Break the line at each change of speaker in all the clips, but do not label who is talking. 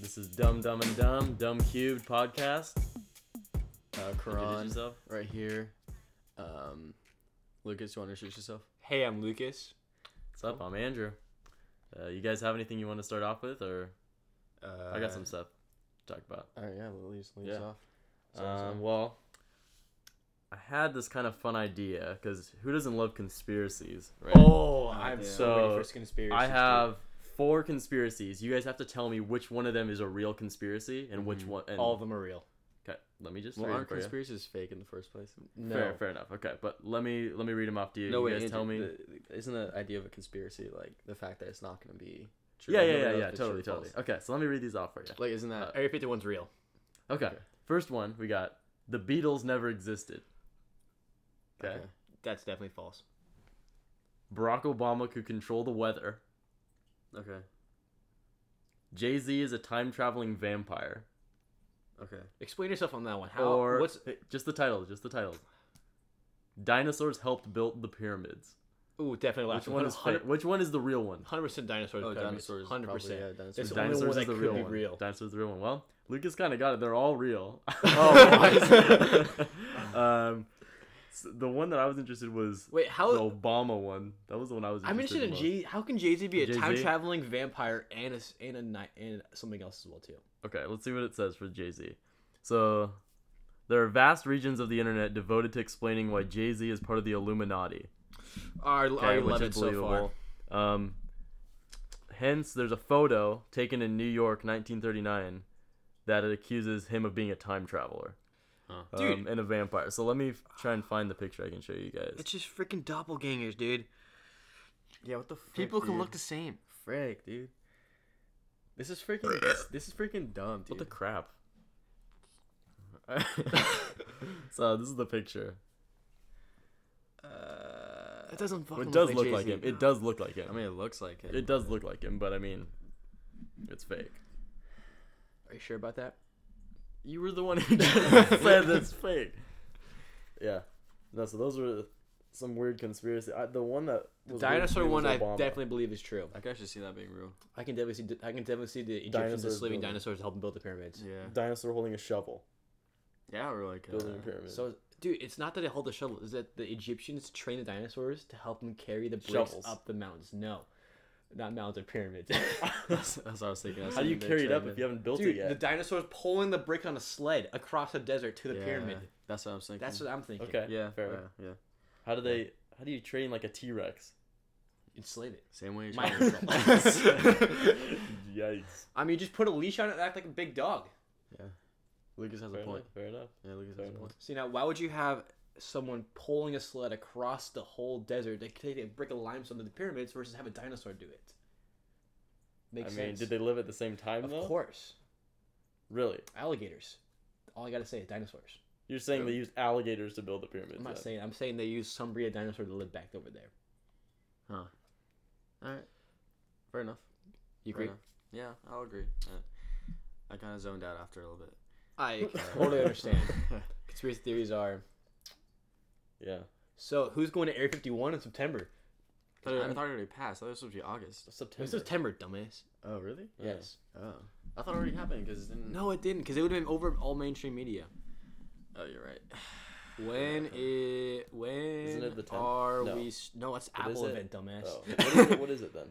This is Dumb Dumb and Dumb Dumb Cubed podcast.
Uh,
Introduce
Karan,
yourself.
right here. Um, Lucas, you want to introduce yourself?
Hey, I'm Lucas.
What's up? I'm Andrew. Uh, you guys have anything you want to start off with, or
Uh,
I got some stuff to talk about.
All right, yeah, we'll leave, leave
Yeah.
us off. So-
Um,
so-
well, I had this kind of fun idea because who doesn't love conspiracies, right?
Oh, I'm
yeah.
so ready
So,
for this conspiracy.
I have four conspiracies. You guys have to tell me which one of them is a real conspiracy and which
Mhm.
one. And,
all of them are real.
Okay, let me just
well,
read
aren't
them for you.
conspiracies fake in the first place? No.
Fair, fair enough. Okay, but let me let me read them off to you.
No,
you
wait,
guys tell me.
isn't the idea of a conspiracy like the fact that it's not going to be true?
Yeah,
Like,
yeah,
nobody
yeah,
knows
yeah.
if it's true
Totally,
or false.
totally. Okay, so let me read these off for you.
Like, isn't that.
Uh, Area 51's real.
Okay.
Okay.
First one we got the Beatles never existed. Okay.
okay.
That's definitely false.
Barack Obama could control the weather.
Okay.
Jay Z is a time traveling vampire.
Okay.
Explain yourself on that one. How?
or eh,
what's?
just the title? Just the title. Dinosaurs helped build the pyramids.
Ooh, definitely last
Which one is fake? Which one is the real one?
Hundred percent dinosaurs.
Oh, dinosaurs.
dinosaurs. Hundred
probably,
percent.
yeah, dinosaurs.
It's the only
Dinosaurs
one
is
that
the
could
real
be
one.
real.
Dinosaurs is the real one. Well, Lucas kind of got it. They're all real.
Oh,
um, s- the one that I was interested was
Wait,
the
how?
Obama one. That was the one I was.
I'm interested in
most.
Jay. How can Jay Z be a
Jay-Z?
time traveling vampire and a s- and a ni- and something else as well too?
Okay, let's see what it says for Jay Z. So, there are vast regions of the internet devoted to explaining why Jay Z is part of the Illuminati.
Our
Okay,
our
which
eleven
is
so far.
believable. Um, hence, there's a photo taken in New York, 1939, that it accuses him of being a time traveler.
Huh.
Um,
Dude.
and a vampire. So let me f- try and find the picture I can show you guys.
just freaking doppelgangers, dude.
Yeah, what the frick?
the same.
Frick, dude. This is freaking. this, this is freaking dumb,
What
dude.
the crap? so this is the picture.
Uh,
That doesn't fucking.
It does
look
look
Jay-Z.
like him. It does look like him.
I mean, it looks like it.
It does look like him, but I mean, it's fake.
Are you sure about that?
You were the one who just said it's fake. Yeah. No, so those were some weird conspiracy. I, the one that
The
was
dinosaur
weird to me
one,
was
I
Obama.
definitely believe is true.
I can actually see that being real.
I can definitely see. I can definitely see the Egyptians
Dinosaurs
enslaving
building.
dinosaurs to help them build the pyramids.
Yeah.
dinosaur holding a shovel
Yeah, or like. Uh,
building a pyramid.
So, dude, it's not that they hold the shuttle. Is that the Egyptians train the dinosaurs to help them carry the bricks
Shovels.
up the mountains? No, not mountains or pyramids.
that's, that's what I was thinking. I was
How do you
thinking
carry
they're
it up
trying
if you haven't built it
dude,
yet?
the dinosaurs pulling the brick on a sled across the desert to the
to- Yeah,
pyramid.
That's what I was thinking.
That's what I'm thinking.
okay.
Yeah,
Fair.
Yeah, yeah.
How do they? How do you train like a T Rex?
Enslave it.
Same way. you
My-
train yourself.
Yikes.
I mean, just put a leash on it and act like a big dog.
Lucas has a
Fair enough.
point.
Fair enough.
Yeah, Lucas
Fair
has a point.
See now, why would you have someone pulling a sled across the whole desert? They could take a brick of limestone to the pyramids versus have a dinosaur do
I
it. Makes
mean,
sense.
did they live at the same time
of
though?
course,
Really?
alligators. All I gotta say is dinosaurs.
You're saying they used alligators to build the pyramids?
I'm not
then?
saying. I'm saying they used some breed of dinosaur to live back over there.
All right. Fair enough.
You
Fair
agree?
enough. Yeah, I'll agree. Yeah. I kind of zoned out after a little bit.
I totally understand. Conspiracy theories are.
Yeah.
So who's going to Area 51 in September?
I thought it- I
I'm-
thought it already passed. I thought it was supposed to be August.
It was
September.
September, dumbass.
Oh, really?
Yes.
Oh. I thought it already happened because it didn't.
No, it didn't, because it would have been over all mainstream media.
Oh, you're right.
When it when
Isn't it the 10th?
are
No.
we? s- No, it's
What is
Apple
it?
event, dumbass.
Oh. What, is, what is it then?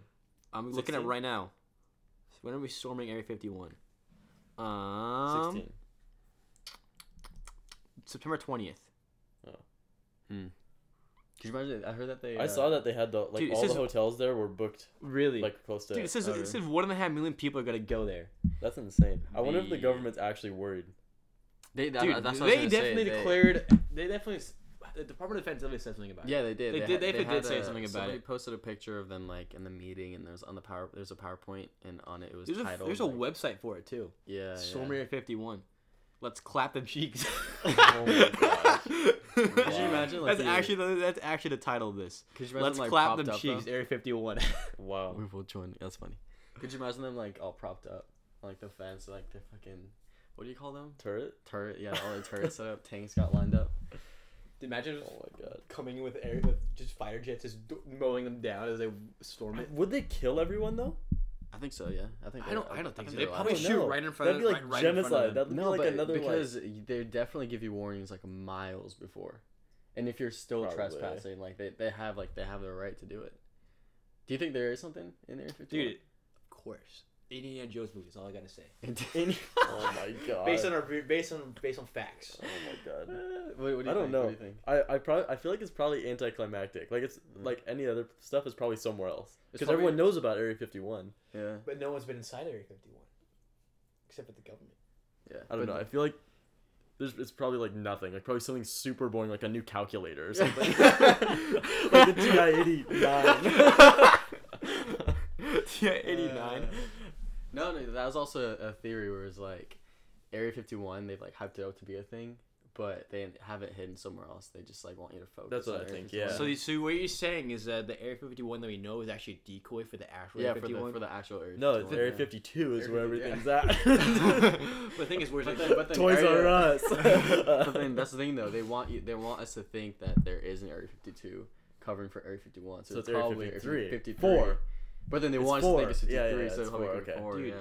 I'm looking at
16?
right now. When are we storming Area 51? Um,
16.
September 20th.
Could you imagine? I heard that they. uh,
I saw that they had the like
Dude, it
all the
says-
hotels there were booked
Really?
like close to. uh,
Dude, it says,
Oh,
it says one and a half million people are gonna go there.
That's insane. I wonder if the
The-
government's actually worried.
They, that,
Dude,
that's what I
they
was gonna say,
definitely
they-
declared. They definitely. s- The Department of Defense definitely said something about it.
Yeah, they did.
They did-
had-
they did
had
say something about
somebody
it.
posted a picture of them like in the meeting, and there's on the power. There's a PowerPoint, and on it it was
There's a
titled.
there's a
like,
website for it too.
yeah,
Storm
yeah.
Area 51. Let's clap them cheeks.
Oh my gosh.
Could
Wow.
like,
that's
the-
actually the, that's actually the title of this.
Could you imagine,
Let's
like,
clap
propped
them
up, though?
cheeks, Area 51.
Wow.
We will join. That's funny. Could you imagine them like all propped up, like the fence, like the fucking what do you call them?
Turret?
Turret. Yeah, all the turrets set up. Tanks got lined up.
Imagine
Oh my god.
coming in with air with just fire jets, just d- mowing them down as they storm it.
Would they kill everyone though?
I think so. Yeah, I think.
I
they're-
don't. I don't think so.
they're
They probably
allowed.
don't
shoot
know.
right in front.
That'd
of
be like
right, right in front of
genocide.
them.
That'd be
no,
like
but
another like-
because they definitely give you warnings like miles before, and if you're still
Probably.
trespassing, like they, they have like they have the right to do it. Do you think there is something in Area 51?
Dude, of course. Indiana Jones movies. All I gotta say.
In-
oh my god.
Based on our based on based on facts.
oh my god.
what, what do
I
you
don't
think?
know.
What do you think?
I I probably I feel like it's probably anticlimactic. Like it's like any other stuff is probably somewhere else
It's
because
probably-
everyone knows about Area 51.
Yeah,
But no one's been inside Area 51, except for the government.
yeah.
I don't
But-
know. I feel like there's it's probably like nothing. Like probably something super boring, like a new calculator or something. like the TI-89.
yeah, 89.
Uh.
no, no, that was also a theory where it's like Area 51, they've like hyped it up to be a thing, but they have it hidden somewhere else. They just like want you to focus.
That's what
on
I
Area
think,
51.
yeah.
So, the, so what you're saying is that the Area 51 that we know is actually a decoy for the actual
yeah,
Area
for the,
51.
for the actual Area
no, it's
51,
Area
yeah.
52 is
Area
where
50, yeah.
everything's
but the thing is, where's
But
it?
then- but
at.
then
Toys
Area-
R Us.
But then that's the thing though. They want you. They want us to think that there is an Area 52 covering for Area 51. So,
So it's
it's,
Area
probably
53.
53.
Four.
But then they
It's
want us to think
four.
it's 53.
Yeah, yeah,
so
it's
probably
four,
could be
okay.
four,
Dude.
yeah.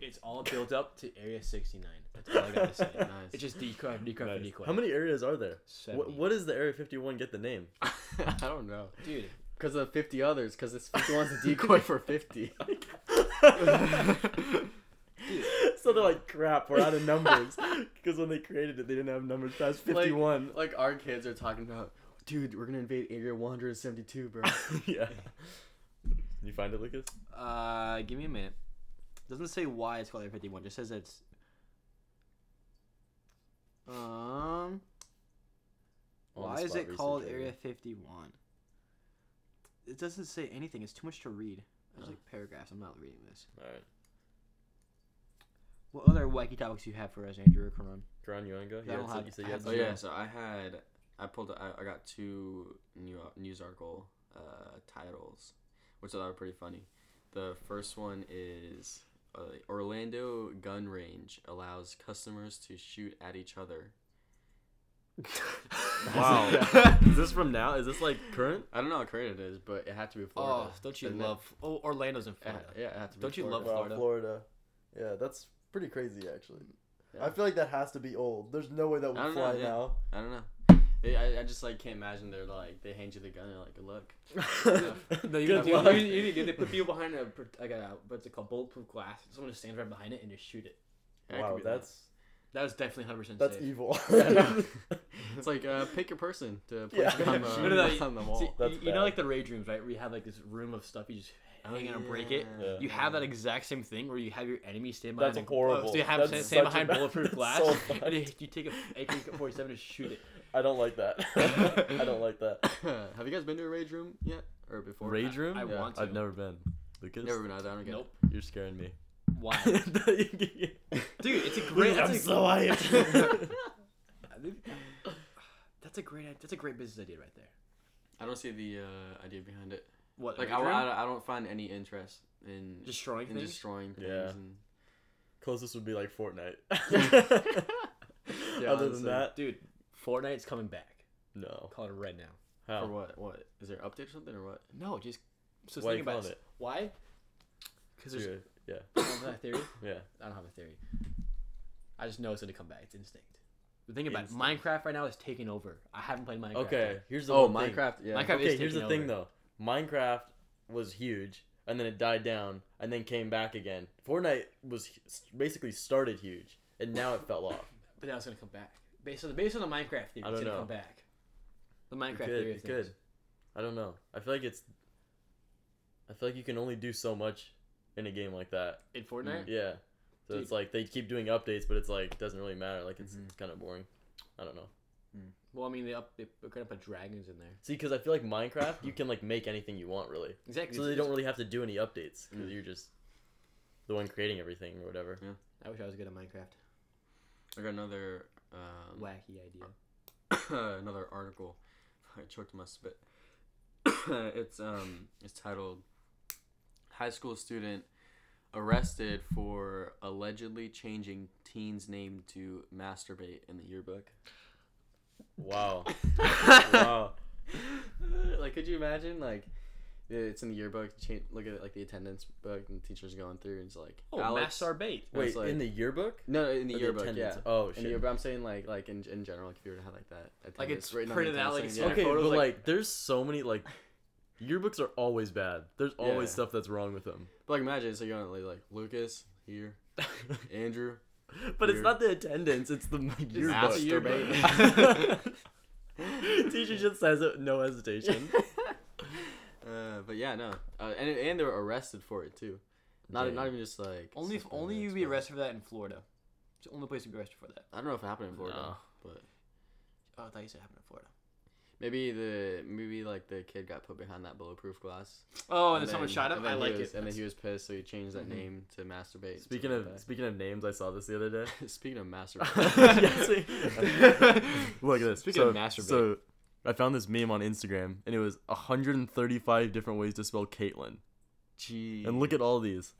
it's all built up to Area 69. That's all I gotta say.
Nice.
It's just decoy after decoy after decoy.
How many areas are there? What,
70.
what does the Area 51 get the name?
I don't know.
Dude,
Because of 50 others, because it's 51's a decoy for 50.
so they're like, crap, we're out of numbers. Because when they created it, they didn't have numbers past 51.
Like, like our kids are talking about, dude, we're going to invade Area 172, bro.
yeah. You find it, Lucas?
uh, give me a minute. Doesn't say why it's called Area 51. Just says it's. Um,
On the
why is
spot
it called
research
Area 51? It doesn't say anything. It's too much to read. There's
Oh.
like paragraphs. I'm not reading this.
Alright.
What other wacky topics do you have for us, Andrew or Karan?
Karan, you want to go?
Yeah, I don't have- I have
Oh,
Yeah.
yeah, so I had, I pulled, I, I got two new news article uh, titles, which I thought were pretty funny. The first one is uh, Orlando Gun Range allows customers to shoot at each other.
Wow. is this from now? Is this like current?
I don't know how current it is, but it had to be Florida.
Oh, don't you
Isn't it?
love? Oh, Orlando's in
Yeah,
Florida.
yeah, it had to be
Don't you love
Florida.
Florida.
Florida. Yeah, that's pretty crazy, actually.
Yeah.
feel like that has to be old. There's no way that
I don't know, yeah. I don't know. They, I, I just like can't imagine they're like they hand you the gun and they're like good luck.
No, you,
Good
you,
luck.
you, you, you, they put people behind a pr- like a what's it called bulletproof glass. Someone just stands right behind it and just shoot it.
Yeah, it could
wow,
be that.
that's
That was definitely hundred percent
That's
safe.
evil.
it's like uh, pick your person to place
Yeah.
on,
No, no,
the,
no,
on the
See,
wall.
That's
you, you know,
bad.
like the rage rooms, right? Where you have like this room of stuff you just
Oh,
hang it and break it.
yeah.
You have that exact same thing where you have your enemy stand behind.
That's
a-
horrible.
So you have
That's
them stand
such a
behind
bad-
bulletproof
that's
glass,
so
and you, you take a AK-47 and shoot it.
I don't like that. I don't like that.
Have you guys been to a rage room yet or before?
Rage room?
I
Yeah.
want to.
I've never been. Lucas,
Never been either. I don't get it.
Nope.
you're scaring me.
Why?
Dude,
Dude, it's a great.
I'm
That's a,
so hyped.
that's a great. That's a great business idea right there.
I don't see the uh, idea behind it.
What?
Like
Like
I,
rage room?
I, I don't find any interest in
destroying
in
things.
destroying things.
Yeah.
And,
Closest would be like Fortnite.
Yeah,
Other
honestly.
than that,
Dude, Fortnite's coming back.
no.
Call it right now.
For
How?
what? What is there an update or something or what?
No, just so
Why
think
you
about
calling
this. Why? Because there's
Dude, yeah,
I don't have a theory.
yeah.
I don't have a theory. I just know it's gonna come back. It's instinct. But think
Instinct.
about it. Minecraft right now is taking over. I haven't played Minecraft.
Okay, here's the
Oh,
one thing.
Minecraft. Yeah.
Minecraft
okay,
is
here's the
taking
thing though. Minecraft was huge, and then it died down, and then came back again. Fortnite was hu- basically started huge, and now it fell off.
But now it's gonna come back. Based on the based on the Minecraft theory,
I
it's
don't
gonna
know.
come back. The
It
Minecraft
could,
theory.
it could. I don't know. I feel like it's. I feel like you can only do so much in a game like that.
In Fortnite.
Yeah. So
Dude.
it's like they keep doing updates, but it's like doesn't really matter. Like it's, it's kind of boring. I don't know.
Well, I mean, they up they, are gonna put dragons in there.
See, because I feel like Minecraft, you can like make anything you want really.
Exactly.
So they don't really have to do any updates because you're just the one creating everything or whatever.
I wish I was good at Minecraft.
I got another um,
Wacky idea.
another article. I choked on my spit. it's um it's titled High School Student Arrested for Allegedly Changing Teen's Name to Masturbate in the Yearbook.
Wow. wow.
like could you imagine like It's in the yearbook. Cha- Look at it, like the attendance book, and the teacher's going through, and it's like,
Oh,
Alex.
Mass Sarbate.
Wait,
Wait,
That's like-
in
in
the yearbook?
no, in the
Or
yearbook, yeah.
attendance? Oh
In the
shit.
yearbook, I'm saying like like in in general, like if you were to have like that,
Like
attendance
it's
written on the
printed out, like
attendance
it's
thing,
on
yeah.
Okay,
photos,
but like,
like-
there's so many like yearbooks are always bad. There's always
Yeah.
stuff that's wrong with them.
But like imagine so you're on like, like Lucas here, Andrew,
but it's
Weird.
not the attendance; it's the
Master
yearbook. Teacher just says it, no hesitation.
uh, but yeah, no, uh, and and they were arrested for it too. Not
Dang.
not even just like
Only if-
stuff
only
like that,
you
it's
be
probably-
arrested for that in Florida. It's the only place you'd be arrested for that.
I don't know if it happened in Florida,
No.
but
Oh, I thought you said it happened in Florida.
maybe the maybe like the kid got put behind that bulletproof glass.
Oh, and, then someone shot him.
and then
I
he
like
was-
it.
And then he was pissed, so he changed that
Mhm.
name to masturbate.
speaking of speaking of names, I saw this the other day.
of speaking of masturbate,
Yes, we- Look at this.
Speaking
so,
of masturbate.
so I found this meme on Instagram, and it was 135 different ways to spell Caitlin.
Gee.
And look at all these.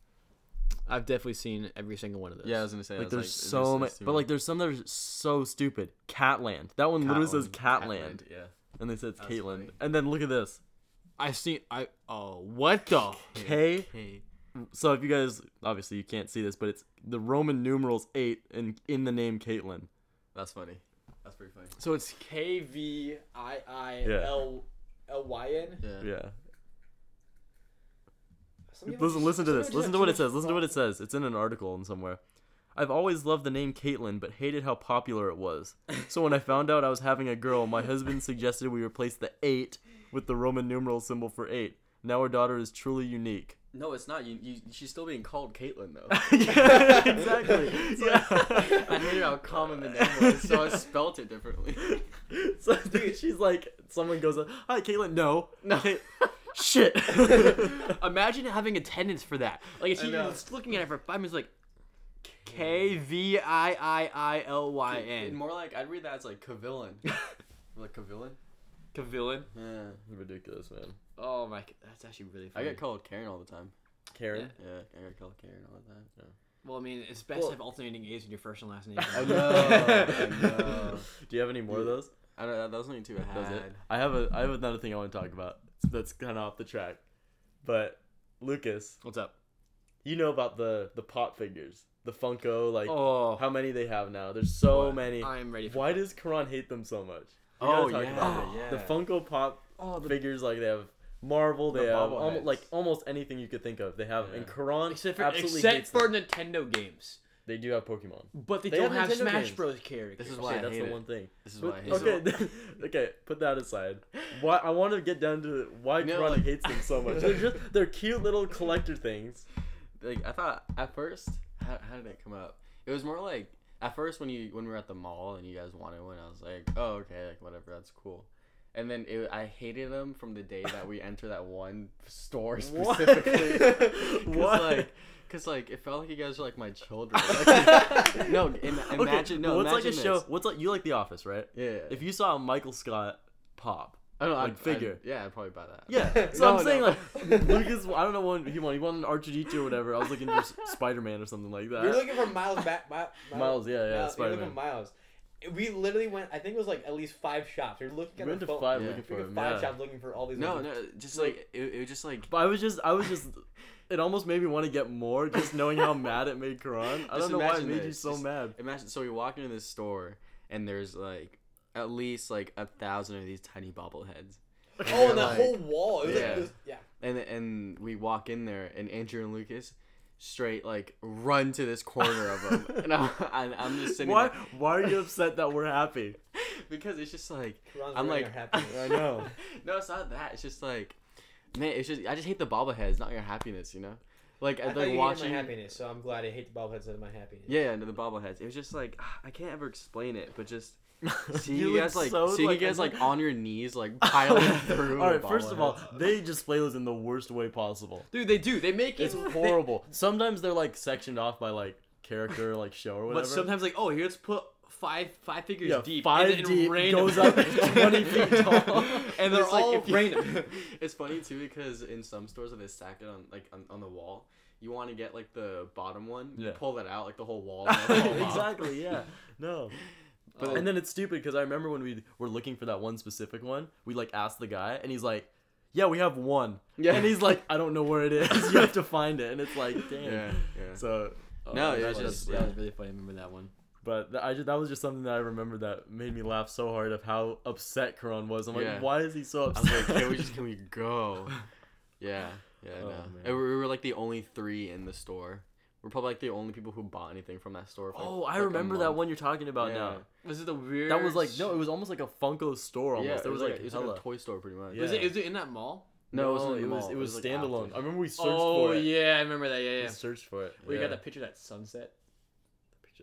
I've definitely seen every single one of those.
yeah, I was gonna say I
Like
was
there's
it's just-
so
it's
many,
too
but like there's some that are so stupid. Catland. That one literally says Catland,
Yeah.
and they said it's
That's
Caitlin.
funny.
And then look at this.
I've seen. I oh, what the?
K.
Hey.
So if you guys obviously you can't see this, but it's the Roman numerals eight and in the name Caitlin.
That's funny. That's pretty funny.
So it's
K V I I
Yeah.
L L Y N.
Yeah.
Yeah.
Some people
Listen,
just-
listen to
some
this.
people
Listen
just
to
have
what
too
it says.
much
Listen to what it
thought.
says. It's in an article and somewhere. I've always loved the name Caitlin, but hated how popular it was. So when I found out I was having a girl, my husband suggested we replace the eight with the Roman numeral symbol for eight. Now our daughter is truly unique.
No, it's not. You, you she's still being called Caitlyn though.
yeah, exactly. yeah.
I hated how common the name was, so I spelt it differently.
So dude, she's like, someone goes, up, "Hi, Caitlin." No,
No.
Ca- shit.
Imagine having attendance for that. Like a teacher
know.
was looking at it for five minutes, like K V I I I L Y
And
N.
more like I'd read that as like Cavillan. like Cavillan?
Cavillan.
Yeah.
Ridiculous, man.
Oh my, g- that's actually really
I
funny.
get called Karen all the time.
Karen.
Yeah, I got called Karen all the time.
well, I mean, it's best
Well-
to have alternating A's in your first and last name.
I know, I know.
Oh, Do you have any more of those?
I don't. That was only two I had.
That was it. I have a I have another thing I want to talk about. That's kind of off the track, but Lucas,
What's up?
you know about the the pop figures, the Funko, like
Oh,
how many they have now. There's so
What?
many.
I'm ready. For
Why does Karan hate them so much? We
Oh
gotta talk
yeah,
about
yeah.
The Funko Pop figures, like they have Marvel, they
The
have
bobbleheads.
almost, like almost anything you could think of. They have, and
Yeah.
Karan
except for
absolutely
except
hates
for
them.
Nintendo games,
They do have Pokemon.
but they,
They
don't
have
have,
Nintendo
Smash
games.
Bros. characters.
This is why
okay,
I
that's
hate
the
it.
one thing.
This is why I
But,
hate
okay,
it.
okay, put that aside. Why I want to get down to why
You know,
Karan
like-
hates them so much. They're just they're cute little collector things.
Like I thought at first. How, how did it come up? It was more like at first when you when we were at the mall and you guys wanted one. I was like, oh okay, like whatever, that's cool. And then it, I hated them from the day that we entered that one store
What?
specifically. 'Cause,
What?
Like, Cause like it felt like you guys were like my children. Like, no, im-
Okay,
imagine no.
What's like a
imagine
show?
this.
What's like you like The Office, right?
Yeah.
If you saw a Michael Scott pop,
I don't know,
like,
I'd-
figure.
I'd- yeah, I'd probably buy that.
yeah. So
No,
I'm saying
no.
like Lucas, I don't know what he wanted. He wanted an R two D two or whatever. I was looking for Spider Man or something like
You're
that.
looking for Miles back. Mi-
Miles, yeah, yeah,
Miles, you're
Spider
looking for
Man.
Miles. We literally went. I think it was like at least five shops. You're looking
We
at
went
the
to
phone.
five
Yeah.
looking
we
for
went
him.
five
yeah.
shops looking for all these.
No,
ones.
no, just like it, it was just like
But I was just, I was just, it almost made me want to get more just knowing how mad it made Karan. I
Just
don't know why it
imagine
made you
this,
so
just-
mad.
Imagine so we walk into this store and there's like at least like a thousand of these tiny bobbleheads.
Oh, and the
like-
whole wall. It was
Yeah.
like this, yeah.
And and we walk in there and Andrew and Lucas straight like run to this corner of them. and I'm, I'm I'm just sitting
Why,
there
why are you upset that we're happy?
because it's just like
Ron's
I'm
ruining
like
our happiness.
I know.
No, it's not that. It's just like man, it's just I just hate the bobbleheads, not your happiness, you know? Like
I
I
thought you
like
hated
watching
my happiness, so I'm glad I hate the bobbleheads of my happiness.
Yeah, yeah, no, the bobbleheads. It was just like I can't ever explain it, but just seeing
You
you,
look
guys like
so,
seeing
like,
you guys like on your knees like piling through.
All right,
the
first of all,
bobbleheads.
they display those in the worst way possible.
Dude, they do. They make it.
It's horrible. Sometimes they're like sectioned off by like character, or, like show or whatever.
But sometimes, like, oh, here, let's put five five figures
Yeah,
deep.
five
and, and
deep,
random.
goes up 20 feet tall.
and they're
It's like,
all
if you-
random.
it's funny too because in some stores that they stack it on like on, on the wall, you want to get like the bottom one, you
Yeah.
pull that out like the whole wall. and that's all off.
exactly. Yeah. No.
But
and then it's stupid because I remember when we were looking for that one specific one, we like asked the guy, and he's like, yeah, we have one.
Yeah.
And he's like, I don't know where it is. You have to find it. And it's like, damn.
Yeah, yeah.
So uh,
No, it
that
was
was-
just-
yeah.
yeah.
really funny. I remember that one.
But th- I ju- that was just something that I remember that made me laugh so hard of how upset Karan was. I'm like,
Yeah.
why is he so
I
upset?
was like, can we just can we go? Yeah, yeah.
Oh,
no.
man.
And we we were like the only three in the store. We're probably like the only people who bought anything from that store. For, like,
oh, I
like, a
remember that
month.
one you're talking about
Yeah.
now.
Was it the weird?
That was like no, it was almost like a Funko store almost.
Yeah,
there was, like,
it was
hella.
like a toy store pretty much.
Yeah.
Was it? Is it in that mall?
No, it wasn't. in
it
the
was
mall.
it was
like, after.
standalone. I remember we searched
Oh
for it.
yeah, I remember that. Yeah,
We
yeah.
searched for it.
We
yeah.
got that picture of that sunset.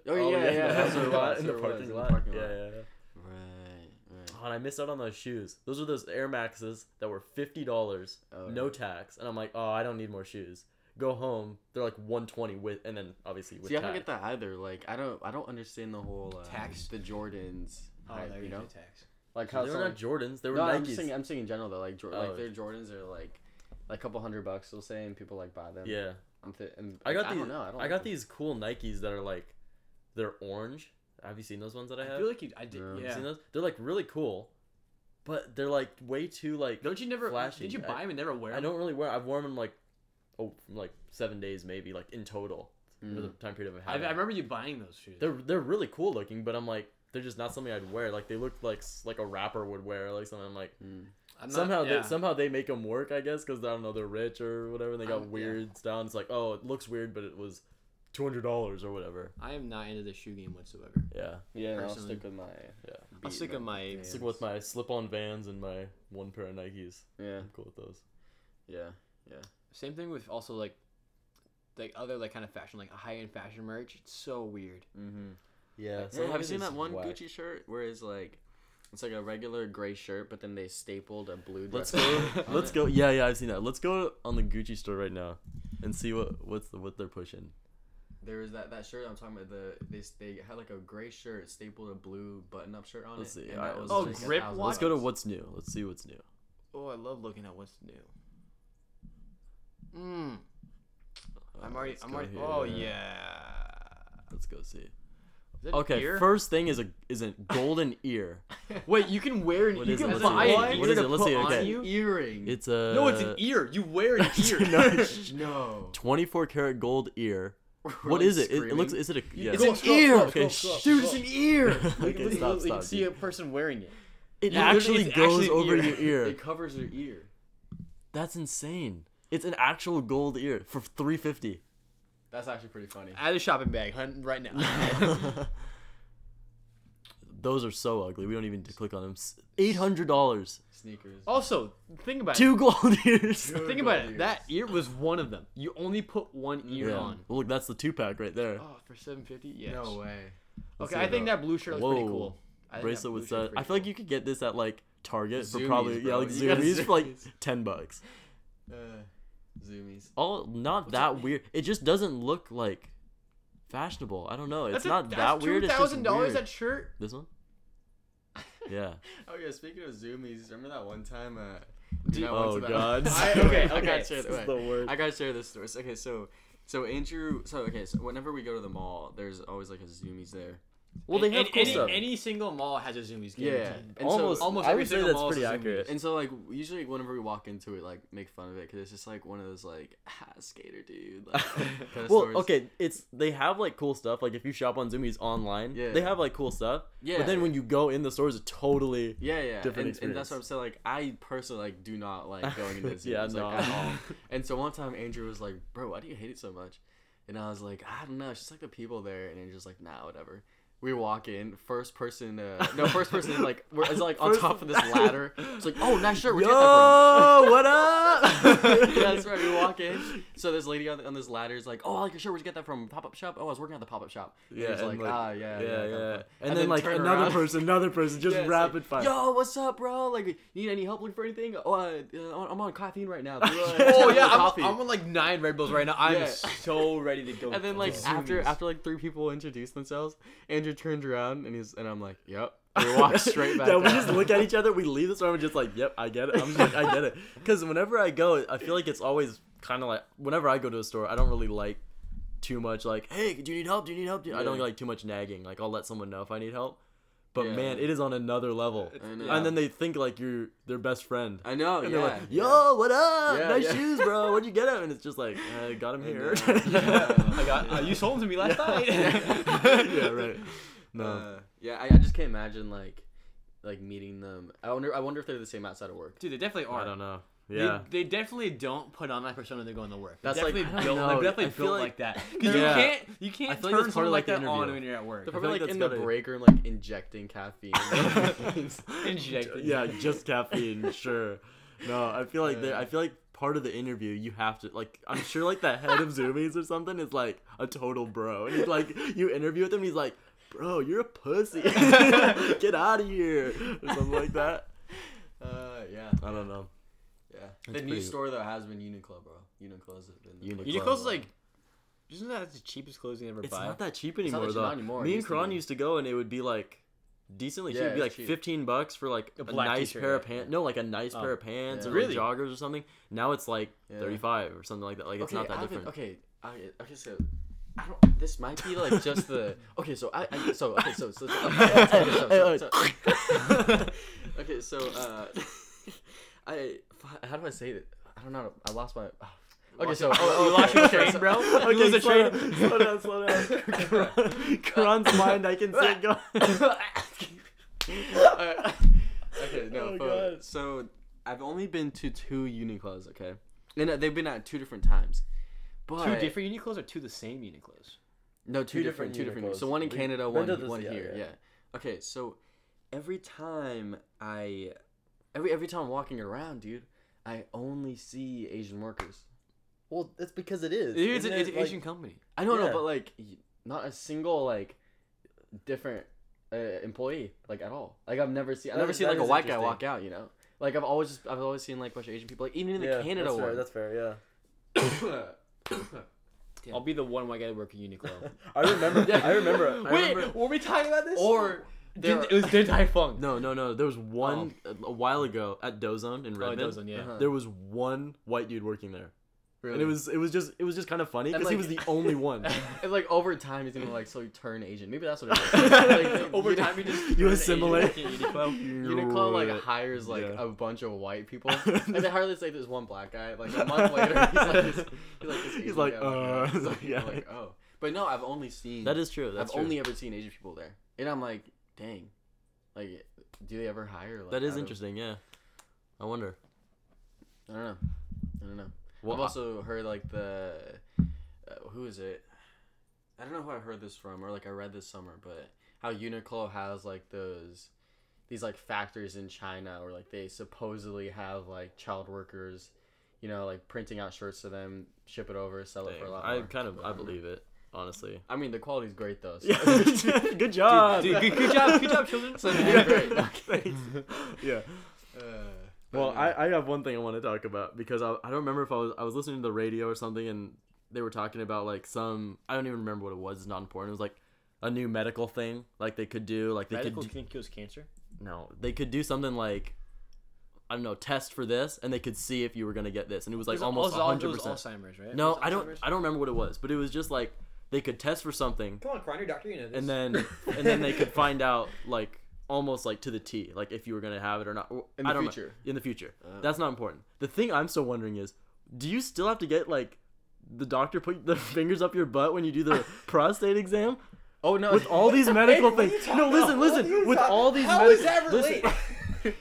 Oh, yeah, yeah.
that's
that's
what
what
it was. uh, In
it was, that's
the
what it was,
parking
in the
lot.
parking
Yeah,
lot.
yeah. yeah.
Right, right.
Oh, and I missed out on those shoes. Those were those Air Maxes that were fifty dollars,
Oh,
no
yeah.
tax, and I'm like, oh, I don't need more shoes. Go home. They're like one twenty with, and then obviously with
See, I
tax.
don't get that either. Like, I don't, I don't understand the whole uh,
Tax?
the Jordans.
Oh,
hype,
there
you
you
know,
go. Tax.
like
They
how
were
some,
not Jordans. They were
no, I'm
Nikes.
just saying, I'm saying in general though, like, Jor-
Oh.
like their Jordans are like, like a couple hundred bucks. They'll say, and people like buy them.
yeah,
I'm th- and,
I got
like,
these.
don't know,
I,
don't
got
know.
these cool Nikes that are like, they're orange. Have you seen those ones that I
I
have?
feel like you. I did.
No.
You
Yeah.
seen those? They're like really cool, but they're like way too like.
Don't you never?
Flashy.
Did you
I-
buy them and never wear
I
them?
don't really wear. I've worn them like, oh, like seven days maybe, like in total for
Mm.
the time period of
I, I
having.
remember you buying those shoes.
They're they're really cool looking, but I'm like they're just not something I'd wear. Like they look like s- like a rapper would wear, like something. I'm like
Mm.
I'm not-
somehow
yeah.
they somehow they make them work, I guess, because I don't know they're rich or whatever. and They got
I'm- Oh, yeah.
weird style. And it's like oh, it looks weird, but it was two hundred dollars or whatever.
I am not into the shoe game whatsoever.
Yeah,
Yeah, no, I'll
personally.
stick with my.
Yeah.
beat
stick with
up
my-
Vans.
stick with my slip-on Vans and my one pair of Nikes.
Yeah,
I'm cool with those.
yeah.
Same thing with also like, like other like kind of fashion, like high end fashion merch. It's so weird.
Mm-hmm.
Yeah.
Yeah, have you seen that one Gucci shirt where it's like, it's like a regular gray shirt, but then they stapled a blue.
Let's
dress
go.
on
Let's
it?
go. Yeah, yeah, I've seen that. Let's go on the Gucci store right now, and see what what's the, what they're pushing.
There was that that shirt I'm talking about. The they s- they had like a gray shirt stapled a blue button up shirt on
Let's
it.
see,
and
alright,
that was,
let's
like,
see.
a
Grip
thousand
watch?
Let's go to
bucks.
what's new. Let's see what's new.
Oh, I love looking at what's new. Mm. I'm
Uh,
already.
let's
I'm
go
already.
here.
Oh yeah.
Let's go see.
Is that an
Okay,
ear?
first thing is a is a golden ear.
Wait, you can wear an.
What
you
is it?
can
Let's
buy
see.
an
What
ear
is
to
it? Let's
put
see,
on
okay.
you.
earring.
It's a
No, it's an ear. You wear an ear.
No, it's-
no.
24 karat gold ear.
We're,
What
like,
is it? it? It looks.
screaming.
Is it a? Yeah.
It's an
It's
ear.
Okay, shh.
Dude, it's an ear.
Okay,
you can,
stop,
you
stop,
can see
dude.
a person wearing it.
It
You literally-
actually
it's
goes
actually an
over
ear.
your ear.
It covers your ear.
That's insane. It's an actual gold ear for 350.
That's actually pretty funny.
Out of the shopping bag, hun, right now.
Those are so ugly. We don't even click on them. Eight hundred dollars.
Sneakers.
Oh,
also, think about
Two gold ears.
it. Think about it. That ear was one of them. You only put one ear
Yeah.
on.
Look, that's the two pack right there.
Oh, for seven fifty? Yeah.
No way.
Let's
Okay,
see
I think
about-
that blue shirt looks pretty
Whoa.
cool. I think
bracelet
blue shirt's
with that. I
pretty
feel like
cool.
you could get this at like Target for
Zoomies,
probably yeah,
bro.
like
You got
zoomies for like
Zoomies.
ten bucks.
Uh, zoomies.
All not that weird. It just doesn't look like fashionable. I don't know. It's
That's a-
not that
that's
weird. It's just
$2,000
weird.
that shirt.
This one. Yeah.
Oh yeah, speaking of zoomies, remember that one time? Uh,
you-
you know, I went
Oh,
to that-
God.
I, okay, okay. I
Okay,
gotta share,
this is
wait,
the worst.
I gotta share this story. So, Okay, so, so Andrew, so okay, so whenever we go to the mall, there's always like a zoomies there.
Well, they have
And-
cool
any,
stuff.
any single mall has a Zoomies guarantee.
Yeah, and
almost, almost.
so,
almost
I
every
would say
single
that's
mall is
pretty
a Zoomies.
accurate.
and so like usually whenever we walk into it, like make fun of it because it's just like one of those like ah, skater dude. Like, kinda
well,
stores.
okay, it's they have like cool stuff. Like if you shop on Zoomies online,
Yeah.
they have like cool stuff.
Yeah.
But then when you go in the stores, it's totally
Yeah, yeah,
different
and, and that's what I'm
experience.
saying. Like, I personally like do not like going into zoomies
Yeah,
like,
no.
at all. And so one time Andrew was like, "Bro, why do you hate it so much?" And I was like, "I don't know. It's just like the people there." And Andrew's like, "Nah, whatever." We walk in, first person, uh, no, first person like we're is like on
First-
top of this ladder. It's like, "Oh, nice shirt." Where'd you get that
Yo, what up?
from? Yeah, that's right. We walk in. So this lady on, on this ladder is like, "Oh, I like your shirt. Where'd you get that from? Pop up shop? Oh, I was working at the pop up shop." And
Yeah,
Andrew's
and
like,
like-
ah, yeah,
Yeah, yeah.
kinda fun."
And, then, like
turn
another
around.
person, another person, just
Yeah, it's like,
rapid fire.
Yo, what's up, bro? Like, you need any help looking for anything? Oh, uh, uh, I'm on caffeine right now.
Oh
Yeah,
yeah,
coffee.
I'm, I'm on like nine Red Bulls right now. I'm
Yeah.
so ready to go.
and then like
Zoomies.
after after like three people introduced themselves, Andrew turned around and he's and I'm like, yep. And we walked straight back.
Yeah, we
out.
just look at each other. We leave the store. and We're just like, "Yep, I get it." I'm just like, "I get it," because whenever I go, I feel like it's always kind of like whenever I go to a store, I don't really like too much like, "Hey, do you need help? Do you need help?" Do you-" I don't
Yeah.
like too much nagging. Like, I'll let someone know if I need help. But
Yeah.
man, it is on another level.
I know.
uh,
And then they think like you're their best friend.
I know.
And
yeah.
they're like,
yeah.
"Yo, what up?
Yeah,
nice
yeah.
shoes, bro. Where'd you get them?" And it's just like, "Uh, "I got them
I
here."
know. Yeah.
I got uh, you sold them to me last night.
yeah, right. No.
Uh, yeah, I, I just can't imagine like like meeting them. I wonder. I wonder if they're the same outside of work.
Dude, they definitely are.
I don't know. Yeah.
They, they definitely don't put on that persona they're going to work. That's
That's like-
definitely
I don't
built,
know.
they're
I
definitely
feel
built
like-
like, that. Because you
Yeah.
can't you can't
feel
turn
like that's part
something
of,
like,
like,
that
the
on
interview.
when you're at work.
They're
I feel
probably
like
like,
that's
in the
gotta-
break room, like injecting caffeine.
Injected.
yeah, just caffeine, sure. No, I feel like they
Uh,
I feel like part of the interview you have to like I'm sure like the head of Zoomies or something is like a total bro. And he's like you interview with him, he's like, Bro, you're a pussy. Get out of here or something like that.
uh, yeah,
I don't know.
yeah. the
That's
new
pretty-
store though has been Uniqlo, bro. Uniqlo's been. the-
Uniqlo.
Uniqlo's like, isn't that the cheapest clothes you ever
It's
buy?
not that cheap
not
anymore
that cheap
though.
anymore, it
Me and
used to
Karan
be.
used to go and it would be like decently cheap.
Yeah,
It'd be
it's
like
cheap.
fifteen bucks for like
A
a,
black
nice
t-shirt,
pair of
yeah.
pants. No, like a nice
Oh.
pair of pants
Yeah.
or like,
Really?
joggers or something. Now it's like
Yeah.
thirty five or something like that. Like it's
okay,
not that
I have a-
different.
okay, I, okay, so I don't. This might be like just the. Okay, so I. I so okay, so so. so- okay, so, so, so, so- okay, so uh, I. fu- How do I say it? I don't know. I lost my. oh. Okay, so oh, oh,
you lost
okay,
your
okay,
train,
so-
bro.
Okay,
You lose a
slow,
train.
down, slow down, slow down. Karan's mind, I can see it going.
Uh, okay, no.
Oh,
but-
God.
so I've only been to two Uniqlos, okay, and uh, they've been at two different times. But
Two different Uniqlos or two the same Uniqlos?
No, two,
Two different
different, two different.
Uniqlos.
So one in
We-
Canada,
we
one
did this,
one
yeah,
here. Yeah.
yeah.
Okay, so every time I, every every time I'm walking around, dude, I only see Asian workers.
Well, that's because it is.
It's an it's an Asian company.
I don't know,
Yeah.
but like, y- not a single like, different uh, employee like at all. Like I've never seen, I've
That
never
is-
seen
that
like a
is
white guy
interesting.
walk out. You know, like I've always just, I've always seen like a bunch of Asian people. Like even in the Canada
that's
one.
Fair, that's fair. Yeah.
Yeah.
I'll be the one white guy to work at Uniqlo.
I remember.
Yeah.
I remember. I
Wait,
remember-
were we talking about this?
or there Uh-huh,
Din, it was Din Tai Fung. Oh,
No, no, no. There was one a a while ago at Dozone in
oh, it
Redmond.
doesn't. Yeah.
Uh-huh.
There was one white dude working there,
really,
and it was it was just it was just kind of funny
And,
because he was
like-
the only one.
and like over time he's gonna like so you turn Asian. Maybe that's what it is. Like,
Over
you know-
time, you just
You assimilate.
Uniqlo like hires like
Yeah.
a bunch of white people, and they hire this like this one black guy. Like a month later, he's like this, he's like, this
He's
Asian
like,
guy,
uh,
like, like,
yeah.
like, oh, but no, I've only seen
That is true. That's
I've
true.
only ever seen Asian people there, and I'm like, dang, like do they ever hire? Like,
that is
out of-
interesting. Yeah. I wonder.
I don't know. I don't know.
Well,
I've also heard like the uh, who is it? I don't know who I heard this from or like I read this summer, but how Uniqlo has like those these like factories in China where like they supposedly have like child workers, you know, like printing out shirts to them, ship it over, sell it for a lot.
I
more.
kind of I believe it honestly.
I mean, the quality's great though. So.
good job.
Dude, good, good job, good job, children.
So,
Yeah,
yeah, great.
Thanks. Yeah.
Uh, but
Well,
yeah.
I, I have one thing I want to talk about because I, I don't remember if I was I was listening to the radio or something and they were talking about like some I don't even remember what it was. It's not important. It was like a new medical thing like they could do like they
Medical
could
think kills cancer.
do, no they could do something like I don't know test for this and they could see if you were gonna get this and it was like
It was
almost
all- it
hundred
was
percent.
Alzheimer's, right?
No,
Was it
I don't
Alzheimer's?
I don't remember what it was, but it was just like they could test for something
Come on, Cron, your doctor, you know this.
and then and then they could find out like almost like to the T, like if you were gonna have it or not.
In the
I don't know.
future.
In the future.
Oh.
That's not important. The thing I'm still wondering is, do you still have to get like the doctor put the fingers up your butt when you do the prostate exam?
oh no,
With all these medical
What are you
things. No,
talking
listen,
about? What are
listen.
you
With
talking-
all these
How
medical
is that related?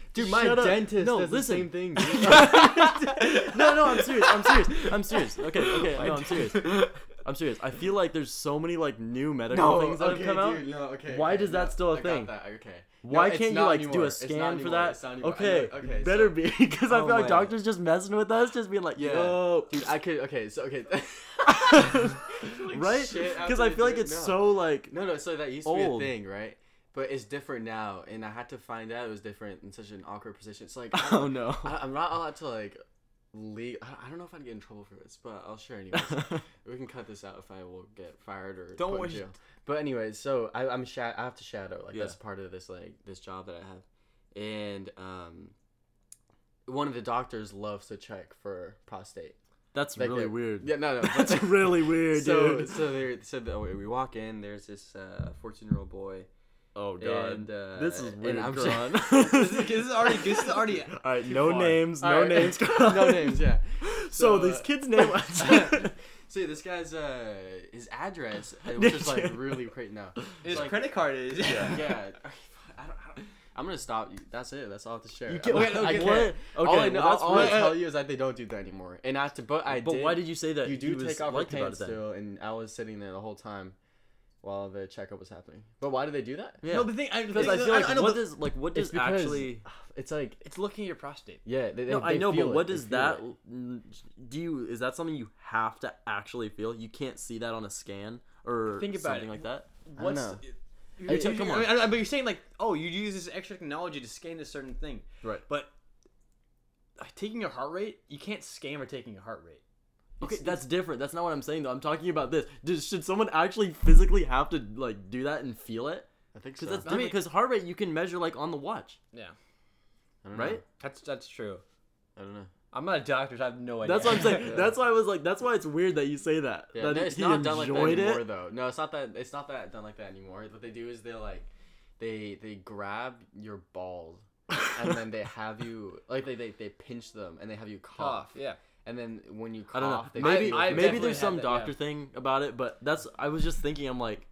dude, my
shut up.
dentist
No,
does
listen.
the same thing.
no, no, I'm serious. I'm serious. I'm serious. Okay, okay.
Oh
No, I'm serious. I'm serious. I feel like there's so many like new medical things that have come out.
dude, no, okay,
Why
okay,
does that
no,
still a
I got
thing?
that, okay. No,
Why
it's
can't you
not
like
anymore.
do a
It's not
scan for
anymore,
that?
it's not anymore. I
Okay,
know- okay,
better
so-
be because I
Oh
feel like
my-
doctors just messing with us, just being like,
Yeah.
yo,
Dude, I could. Okay, so okay,
right?
shit after
Because I
they
feel
do
like
it,
it's
no.
so like
no, no. So that used to
Old.
be a thing, right? But it's different now, and I had to find out it was different in such an awkward position. It's like, I
oh
don't-
no.
I, I'm not allowed to like leave. I I don't know if I'd get in trouble for this, but I'll share anyways. we can cut this out if I will get fired or
Don't
put in
worry.
jail. But anyways, so I, I'm sha- I have to shadow. Like
Yeah.
that's part of this like this job that I have, and um, one of the doctors loves to check for prostate.
That's
Like
really
it-
weird.
Yeah, no, no.
That's really weird,
so
dude.
so there so the, we walk in. There's this uh, 14 year old boy.
Oh god.
And, uh,
this is
and
weird,
I'm
Karan.
sorry-
this, is, this is already. This is already.
All right, no
far.
names,
All
no
right.
names. Karan.
no names, yeah.
So,
So,
this
uh,
kid's name.
See, this guy's uh, his address, uh, which is like really great now.
His
like-
credit card is.
Yeah. I don't, I don't, I'm gonna stop you. That's it. That's all I have to share.
You can't-
I, I
okay,
can't.
what?
all I
Okay,
know,
well, that's
all I
weird.
tell you is that they don't do that anymore. And I to, but I
but
did.
why did you say that?
you
he
do
was
take off your
liked about
pants
it then?
still? And I was sitting there the whole time while the checkup was happening. But why did they do that?
Yeah.
No, the thing. I,
because I feel like
I, know,
what
but-
does like what
It's
does
because-
actually
It's like
It's looking at your prostate.
yeah. They, they,
no, I
they
know,
feel
but
it.
what
They
does
feel
that
it.
n- do you? Is that something you have to actually feel? You can't see that on a scan or
Think about
something
it.
like that.
I
What's
don't know.
You're,
Hey, come
come
on.
on. I mean, I- but you're saying like, oh, you use this extra technology to scan this certain thing,
Right.
but uh, taking your heart rate, you can't scan or taking your heart rate.
Okay, that's different. That's not what I'm saying though. I'm talking about this. Does, should someone actually physically have to like do that and feel it?
I think so.
Because that's
I
different. Because heart rate you can measure like on the watch,
Yeah,
don't know.
right?
that's that's true.
I don't know.
I'm not a doctor, so I have no idea.
That's what I'm saying. That's why I was like, that's why it's weird that you say that.
Yeah,
that
no, it's
he
not done like that
enjoyed
anymore
it.
though. No, it's not that it's not that done like that anymore. What they do is they like they they grab your balls and then they have you like they, they, they pinch them and they have you cough.
Cough. Yeah.
And then when you cough,
I don't know.
they
Maybe
feel
I
it.
maybe
definitely
there's
had
some
that,
doctor thing about it, but that's I was just thinking. I'm like,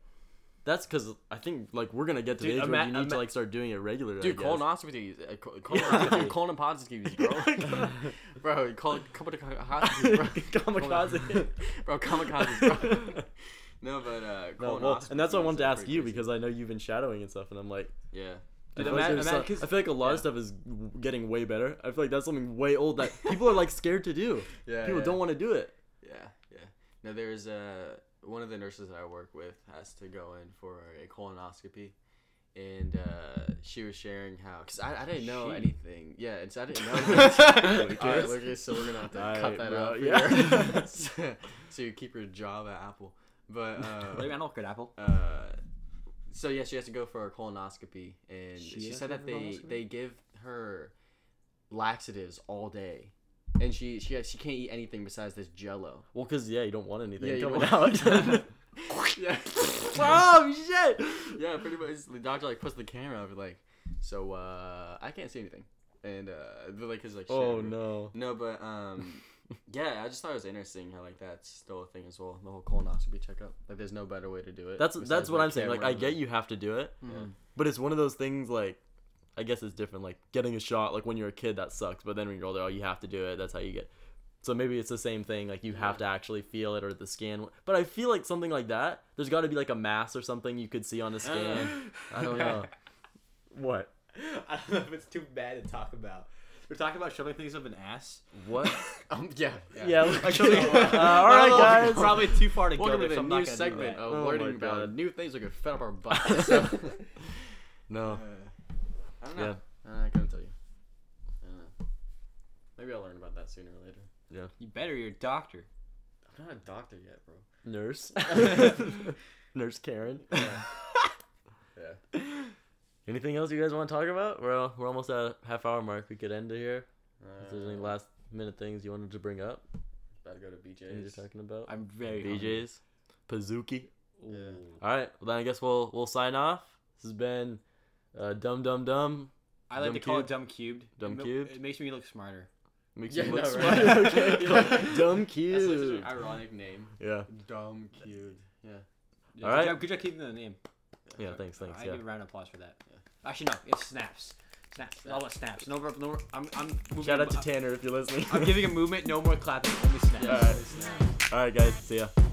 that's because I think like we're gonna get to
Dude,
the age where
ima-
you need to
ima-
like start doing it regularly.
Dude,
I guess.
colonoscopies, uh, co- colonoscopies, colonoscopies, bro. bro, col- kamikazes, bro.
Kamikaze.
bro, kamikazes, bro. No, but uh,
No, well, and that's what I
colonoscopies
wanted to
are
ask
pretty
you
crazy.
because I know you've been shadowing and stuff, and I'm like,
yeah,
I
Dude,
feel, like
ima-
there's
ima-
some-
'cause-
I feel like a lot of stuff is w- getting way better. I feel like that's something way old that people are like scared to do.
yeah,
people
yeah.
don't want to do it.
Yeah, yeah. No, there's uh, one of the nurses that I work with has to go in for a colonoscopy, and uh, she was sharing how because I, I didn't know
She?
anything. Yeah, and so I didn't know. All right,
Lucas.
Lucas, so we're gonna have to
All right,
cut that
bro,
out.
yeah.
Yeah. so, so you keep your job at Apple, but
Maybe
uh,
I don't get apple.
uh, so yeah, she has to go for a colonoscopy, and
She
she,
has
said
to
that
go for
they
colonoscopy?
they give her laxatives all day, and she she she can't eat anything besides this Jello.
Well, because yeah, you don't want anything
Yeah, you
coming
don't-
out.
yeah.
oh shit!
yeah, pretty much. The doctor like puts the camera up and like, so uh, I can't see anything, and uh, the like is like. shit
Oh
everywhere.
no.
No, but um, yeah, I just thought it was interesting how like that's still a thing as well. The whole colonoscopy checkup. Like, there's no better way to do it.
That's
besides
that's what
the
I'm saying. Like,
camera
I
and
get
the-
you have to do it,
Yeah.
but it's one of those things like. I guess it's different. Like getting a shot, like when you're a kid, that sucks. But then when you're older, oh, you have to do it. That's how you get. So maybe it's the same thing. Like you have to actually feel it or the scan. But I feel like something like that. There's got to be like a mass or something you could see on a scan. I don't know. what?
I don't know if it's too bad to talk about. We're talking about shoving things up an ass.
What?
Um, yeah,
yeah. Actually,
Actually,
uh, all right, guys.
Probably too far to go.
Welcome
there,
to
so
the
I'm not
new
gonna do
segment
that.
of
Oh my
learning about
God.
new things that could fit up our butts. So, uh,
No.
I don't know.
Yeah.
Uh, I couldn't tell you. I don't know. Maybe I'll learn about that sooner or later.
You better, you're a doctor.
I'm not a doctor yet, bro.
Nurse. Nurse Karen.
Yeah.
Anything else you guys want to talk about? We're al- we're almost at a half hour mark. We could end it here. If there's any
Uh,
last minute things you wanted to bring up,
About to go to
things you're
BJ's.
talking about.
I'm very. hungry.
BJ's, Pazuki.
Yeah.
All right. Well, then I guess we'll we'll sign off. This has been uh, dumb dumb dumb.
I like
Dumb
to call
cubed?
it dumb cubed.
Dumb
it, ma-
cubed?
It makes me look smarter.
Makes
Yeah,
you look
no,
smart.
right.
okay.
Yeah.
Dumb
That's like such
cute.
an ironic name.
Yeah.
Dumb cute. Yeah.
Yeah,
All
good
right.
Job, good job keeping the name.
Yeah. Thanks. Thanks.
I
Yeah.
give a round of applause for that. Actually, no, it's snaps. Snaps. All about snaps. No, more- no. more- I'm. I'm. Moving,
Shout out to
I'm-
Tanner if you're listening.
I'm giving a movement. No more clapping. Only snaps.
All right. All right, guys. See ya.